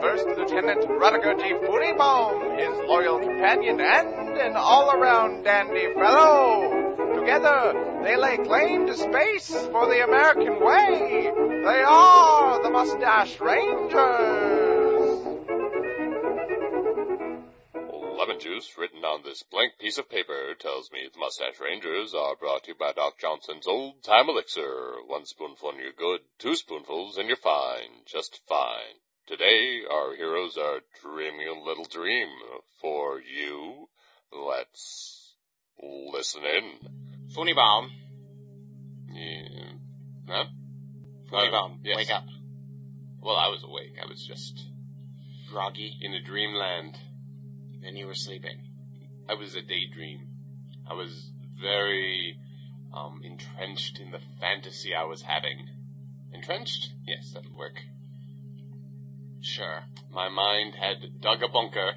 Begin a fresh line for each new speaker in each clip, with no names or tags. First Lieutenant Rutger G. Furibaum, his loyal companion and an all-around dandy fellow. Together, they lay claim to space for the American way. They are the Mustache Rangers.
Lemon juice written on this blank piece of paper tells me the Mustache Rangers are brought to you by Doc Johnson's Old Time Elixir. One spoonful and you're good, two spoonfuls and you're fine, just fine. Today, our heroes are dreaming a little dream for you. Let's listen in.
Funibaum,
Yeah. Huh? Oh,
Funibaum,
yes.
wake up.
Well, I was awake. I was just
Groggy,
in a dreamland.
and you were sleeping.
I was a daydream. I was very um, entrenched in the fantasy I was having. Entrenched? Yes, that'll work. Sure. My mind had dug a bunker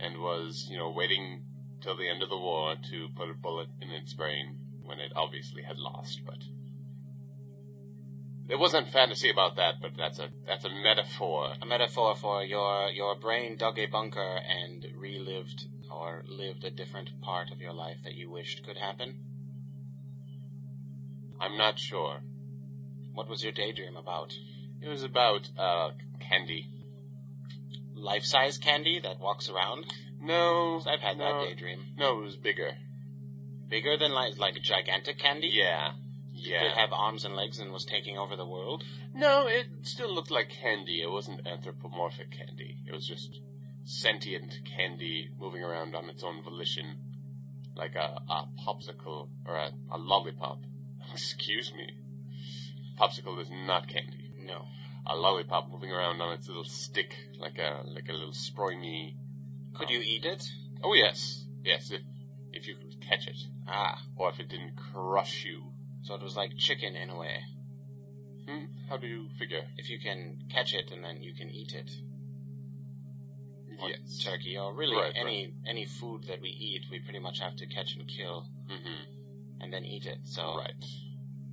and was, you know, waiting till the end of the war to put a bullet in its brain when it obviously had lost, but there wasn't fantasy about that, but that's a that's a metaphor.
A metaphor for your your brain dug a bunker and relived or lived a different part of your life that you wished could happen.
I'm not sure.
What was your daydream about?
It was about uh candy.
Life size candy that walks around?
No,
'Cause I've had
no,
that daydream.
No, it was bigger.
Bigger than like like gigantic candy?
Yeah,
Did it
yeah.
have arms and legs and was taking over the world?
No, it still looked like candy. It wasn't anthropomorphic candy. It was just sentient candy moving around on its own volition, like a, a popsicle or a, a lollipop. Excuse me, popsicle is not candy.
No.
A lollipop moving around on its little stick, like a like a little sproimy.
Could
um,
you eat it?
Oh yes, yes. If if you could catch it,
Ah,
or if it didn't crush you.
so it was like chicken in a way.
Hmm? How do you figure?
If you can catch it and then you can eat it. or
Yes.
turkey or really
Right,
any any food that we eat, we pretty much have to catch and kill
Mm-hmm.
and then eat it. So
Right.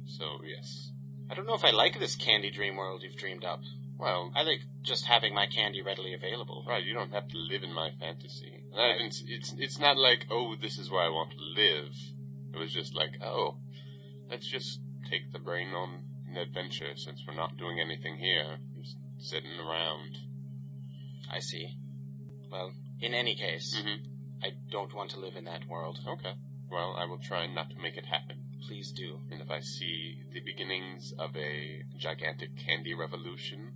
So yes.
I don't know if I like this candy dream world you've dreamed up.
Well,
I like just having my candy readily available.
right. You don't have to live in my fantasy. And I didn't, it's it's not like oh this is where I want to live. It was just like oh, let's just take the brain on an adventure since we're not doing anything here, just sitting around.
I see. Well, in any case,
Mm-hmm.
I don't want to live in that world.
Okay. Well, I will try not to make it happen.
Please do.
And if I see the beginnings of a gigantic candy revolution,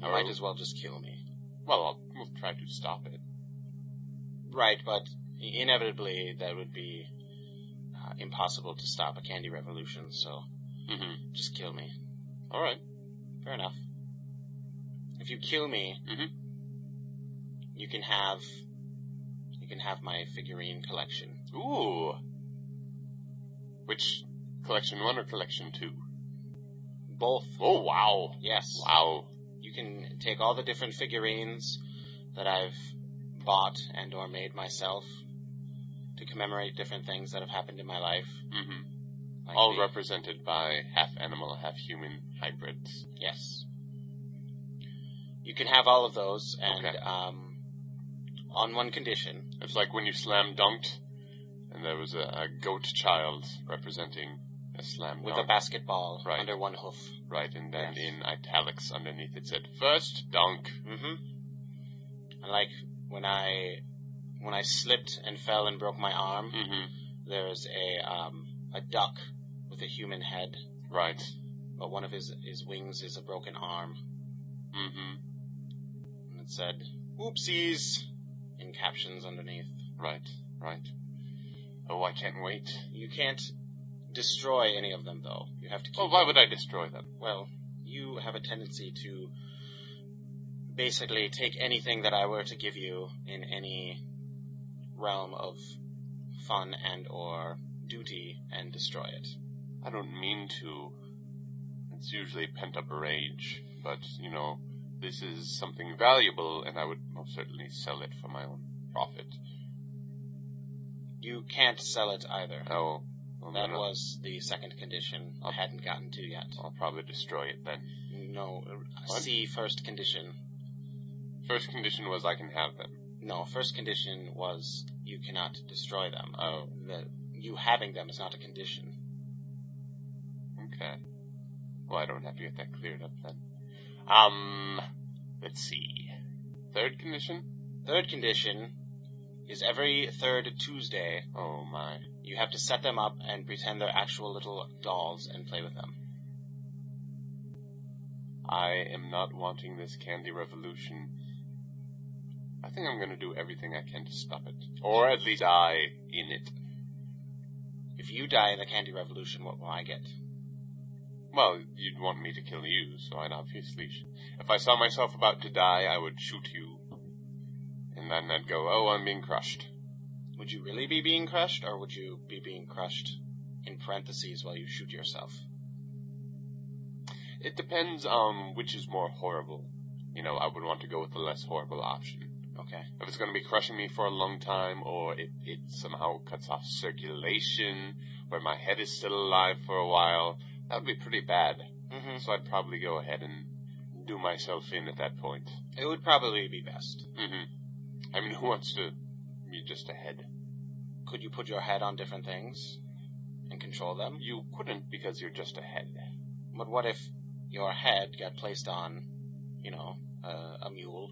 You
I
might
will-
as well just kill me.
well, I'll we'll try to stop it.
Right, but inevitably that would be uh, impossible to stop a candy revolution. So
Mm-hmm.
just kill me.
All right.
Fair enough. If you kill me,
Mhm.
you can have you can have my figurine collection.
Ooh. Which collection one or collection two?
Both.
Oh wow.
Yes.
Wow.
You can take all the different figurines that I've bought and or made myself to commemorate different things that have happened in my life.
hmm
Like
All
the-
represented by half animal, half human hybrids.
Yes. You can have all of those and
Okay.
um on one condition.
It's like when you slam dunked and there was a, a goat child representing a slam
With a
dunk.
basketball
Oh. Right.
under one hoof.
right, and then
Yes.
in italics underneath it said first dunk.
Mm-hmm.
Mm-hmm.
And like when I when I slipped and fell and broke my arm,
Mm-hmm.
there's a um, a duck with a human head,
Right.
but one of his his wings is a broken arm,
Mm-hmm.
and it said "Oopsies" in captions underneath.
Right. Right. Oh, I can't wait.
You can't destroy any of them though.
Oh,
You have to keep.
Well, why would I destroy them?
Well, you have a tendency to basically take anything that I were to give you in any realm of fun and or duty and destroy it.
I don't mean to. It's usually pent up rage, but, you know, this is something valuable, and I would most certainly sell it for my own profit.
You can't sell it either.
Oh, well,
That
then I'll-
was the second condition I hadn't gotten to yet.
I'll probably destroy it then.
No,
What?
see first condition.
First condition was I can have them.
No, first condition was you cannot destroy them.
Oh.
The, you having them is not a condition.
Okay. Well, I don't have to get that cleared up then. Um, let's see. Third condition?
Third condition is every third Tuesday
Oh my.
You have to set them up and pretend they're actual little dolls and play with them.
I am not wanting this candy revolution. I think I'm gonna do everything I can to stop it. Or at least die in it.
If you die in the candy revolution, what will I get?
Well, you'd want me to kill you, so I'd obviously. Sh- if I saw myself about to die, I would shoot you. And then I'd go, oh, I'm being crushed.
Would you really be being crushed, or would you be being crushed in parentheses while you shoot yourself?
It depends on which is more horrible. You know, I would want to go with the less horrible option.
Okay.
If it's going to be crushing me for a long time, or if it somehow cuts off circulation, where my head is still alive for a while, that would be pretty bad.
hmm
So I'd probably go ahead and do myself in at that point.
It would probably be best.
hmm I mean, who wants to be just a head?
Could you put your head on different things and control them?
You couldn't because you're just a head.
But what if your head got placed on, you know, uh, a mule?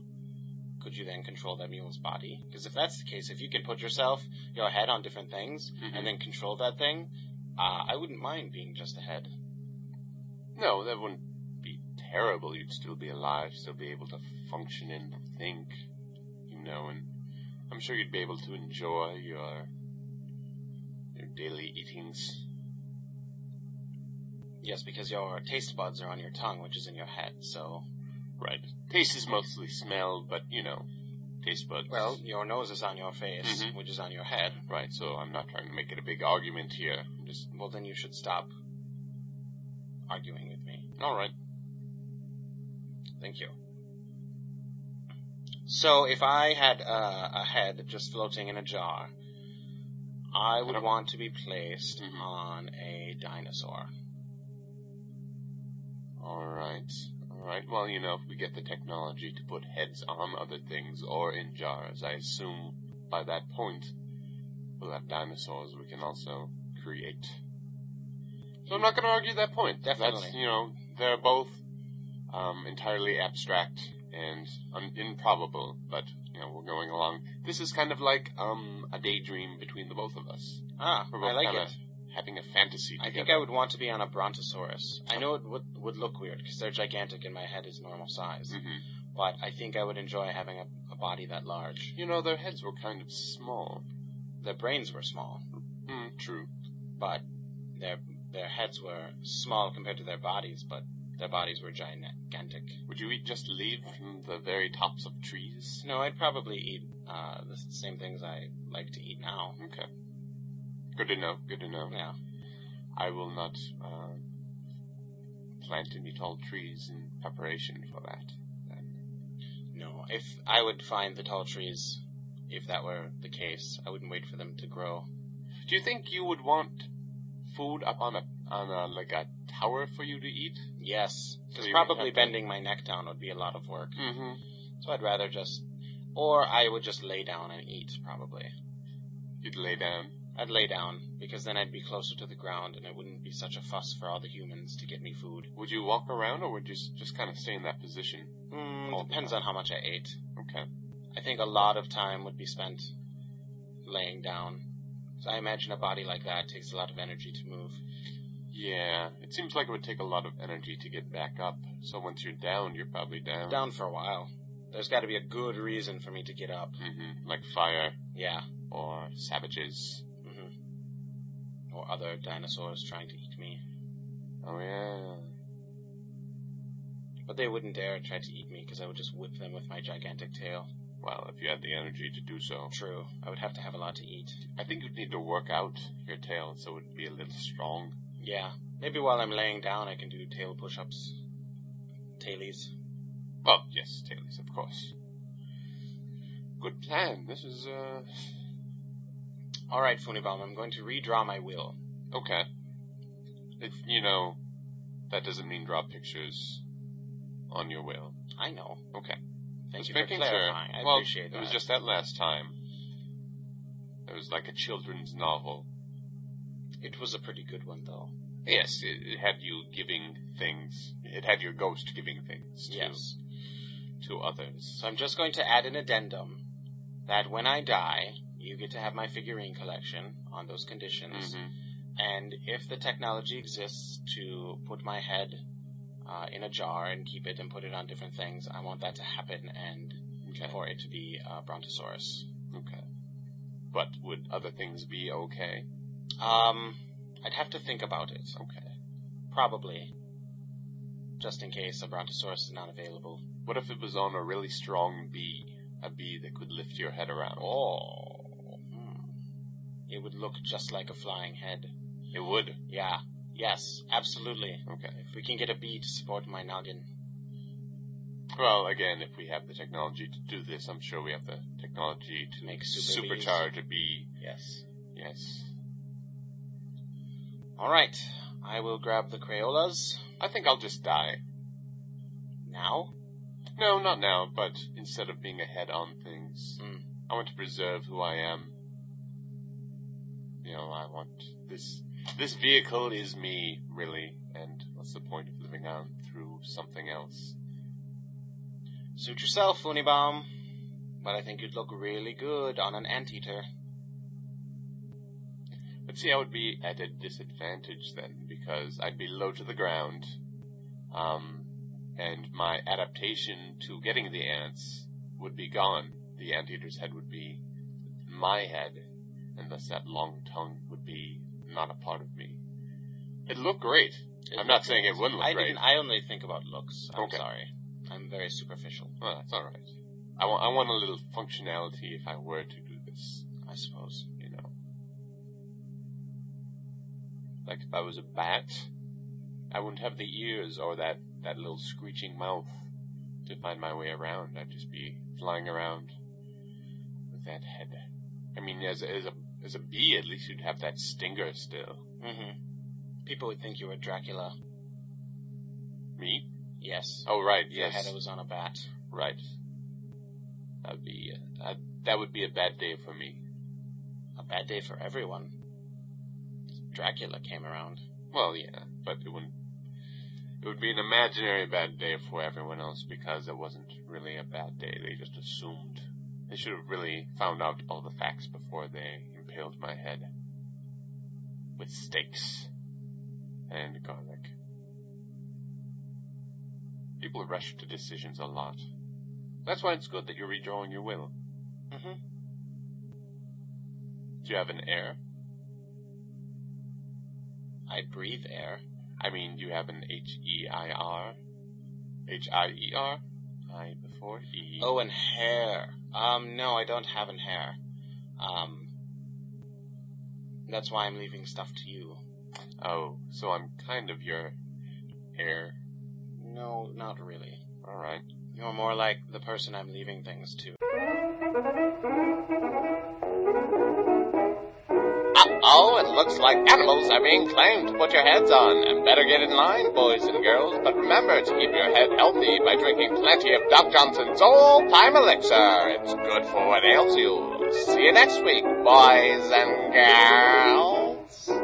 Could you then control that mule's body? Because if that's the case, if you can put yourself, your head on different things,
Mhm.
and then control that thing, uh, I wouldn't mind being just a head.
No, that wouldn't be terrible. You'd still be alive, still be able to function and think, you know, and I'm sure you'd be able to enjoy your your daily eatings.
Yes, because your taste buds are on your tongue, which is in your head, so.
Right. Taste is mostly smell, but you know, taste buds.
Well, your nose is on your face,
Mhm.
which is on your head.
right. So I'm not trying to make it a big argument here.
Just, well, then you should stop arguing with me.
All right.
Thank you. So if I had uh, a head just floating in a jar, I would
don't-
want to be placed
Mhm.
on a dinosaur.
Alright. Alright. Well, you know, if we get the technology to put heads on other things or in jars, I assume by that point we'll have dinosaurs we can also create. So I'm not gonna argue that point. That's,
Definitely.
you know, they're both um, entirely abstract and un- improbable, but, you know, we're going along. This is kind of like um, a daydream between the both of us.
Ah,
We're both
I like
kinda
it.
having a fantasy
I think
together.
I would want to be on a brontosaurus. I know it would would look weird because they're gigantic and my head is normal size,
Mhm.
but I think I would enjoy having a, a body that large.
You know, their heads were kind of small.
Their brains were small,
Mm, true.
but their their heads were small compared to their bodies, but their bodies were gigantic.
Would you eat just leaves from the very tops of trees?
No, I'd probably eat uh, the s- same things I like to eat now.
Okay. Good to know. Good to know.
Yeah.
I will not uh, plant any tall trees in preparation for that. Then.
No, if I would find the tall trees, if that were the case, I wouldn't wait for them to grow.
Do you think you would want food up on a on a like a tower for you to eat?
Yes, because
So you would
probably
have to-
bending my neck down would be a lot of work.
Mm-hmm.
So I'd rather just, or I would just lay down and eat. Probably,
You'd lay down.
I'd lay down because then I'd be closer to the ground and it wouldn't be such a fuss for all the humans to get me food.
Would you walk around, or would you s- just kind of stay in that position?
Mm, depends on how much I ate.
Okay.
I think a lot of time would be spent laying down. So I imagine a body like that takes a lot of energy to move.
Yeah. It seems like it would take a lot of energy to get back up. So once you're down, you're probably down.
Down for a while. There's got to be a good reason for me to get up.
hmm Like fire
Yeah.
or savages.
hmm Mm-hmm. Or other dinosaurs trying to eat me.
Oh yeah.
But they wouldn't dare try to eat me because I would just whip them with my gigantic tail.
Well, if you had the energy to do so.
True, I would have to have a lot to eat.
I think you'd need to work out your tail so it'd be a little strong.
Yeah, maybe while I'm laying down, I can do tail push-ups, tailies.
Well, yes, tailies, of course. Good plan. This is, uh,
All right, Funibom, I'm going to redraw my will.
okay. If, you know, that doesn't mean draw pictures on your will.
I know.
Okay.
Thank
Just
you for
making sure.
clarifying. I
well,
appreciate that.
It was just that last time. It was like a children's novel.
It was a pretty good one, though.
Yes, it, it had you giving things. It had your ghost giving things to,
Yes.
to others.
So I'm just going to add an addendum that when I die, you get to have my figurine collection on those conditions.
Mhm.
And if the technology exists to put my head uh, in a jar and keep it and put it on different things, I want that to happen and
Okay.
for it to be uh, Brontosaurus.
Okay. But would other things be okay?
Um, I'd have to think about it.
Okay.
Probably. Just in case a Brontosaurus is not available.
What if it was on a really strong bee? A bee that could lift your head around.
Oh. Hmm. It would look just like a flying head.
It would.
Yeah. Yes, absolutely.
Okay.
If we can get a bee to support my noggin.
Well, again, if we have the technology to do this, I'm sure we have the technology to
Make super bees.
supercharge a bee.
Yes.
Yes.
Alright. I will grab the Crayolas.
I think I'll just die.
Now?
No, not now, but instead of being ahead on things,
Hmm.
I want to preserve who I am. You know, I want this this vehicle is me, really, and what's the point of living on through something else?
Suit yourself, Unibom. But I think you'd look really good on an anteater.
But see, I would be at a disadvantage then, because I'd be low to the ground, um, and my adaptation to getting the ants would be gone. The anteater's head would be my head, and thus that long tongue would be not a part of me. It'd look great. I'm not saying it wouldn't look
I
great.
didn't. I only think about looks. I'm
Okay.
sorry. I'm very superficial,
Well, that's alright. I want, I want a little functionality if I were to do this,
I suppose.
you know. Like if I was a bat, I wouldn't have the ears or that, that little screeching mouth to find my way around. I'd just be flying around with that head. I mean, as, as a, as a bee, at least you'd have that stinger still.
Mm-hmm. People would think you were Dracula.
Me?
Yes.
Oh, right,
Your
yes.
head was on a bat.
Right. That'd be, uh, that- that would be a bad day for me.
A bad day for everyone. Dracula came around.
Well, yeah, but it wouldn't. It would be an imaginary bad day for everyone else because it wasn't really a bad day. They just assumed. They should have really found out all the facts before they impaled my head with stakes and garlic. People rush to decisions a lot. That's why it's good that you're redrawing your will.
Mm-hmm.
Do you have an heir?
I breathe air.
I mean, do you have an H E I R? H I E R? I before E.
Oh, and hair. Um, no, I don't have an hair. Um, that's why I'm leaving stuff to you.
Oh, so I'm kind of your heir.
No, not really.
Alright.
You're more like the person I'm leaving things to.
Oh, it looks like animals are being claimed to put your heads on. And better get in line, boys and girls. But remember to keep your head healthy by drinking plenty of Doc Johnson's Old Time Elixir. It's good for what ails you. See you next week, boys and girls.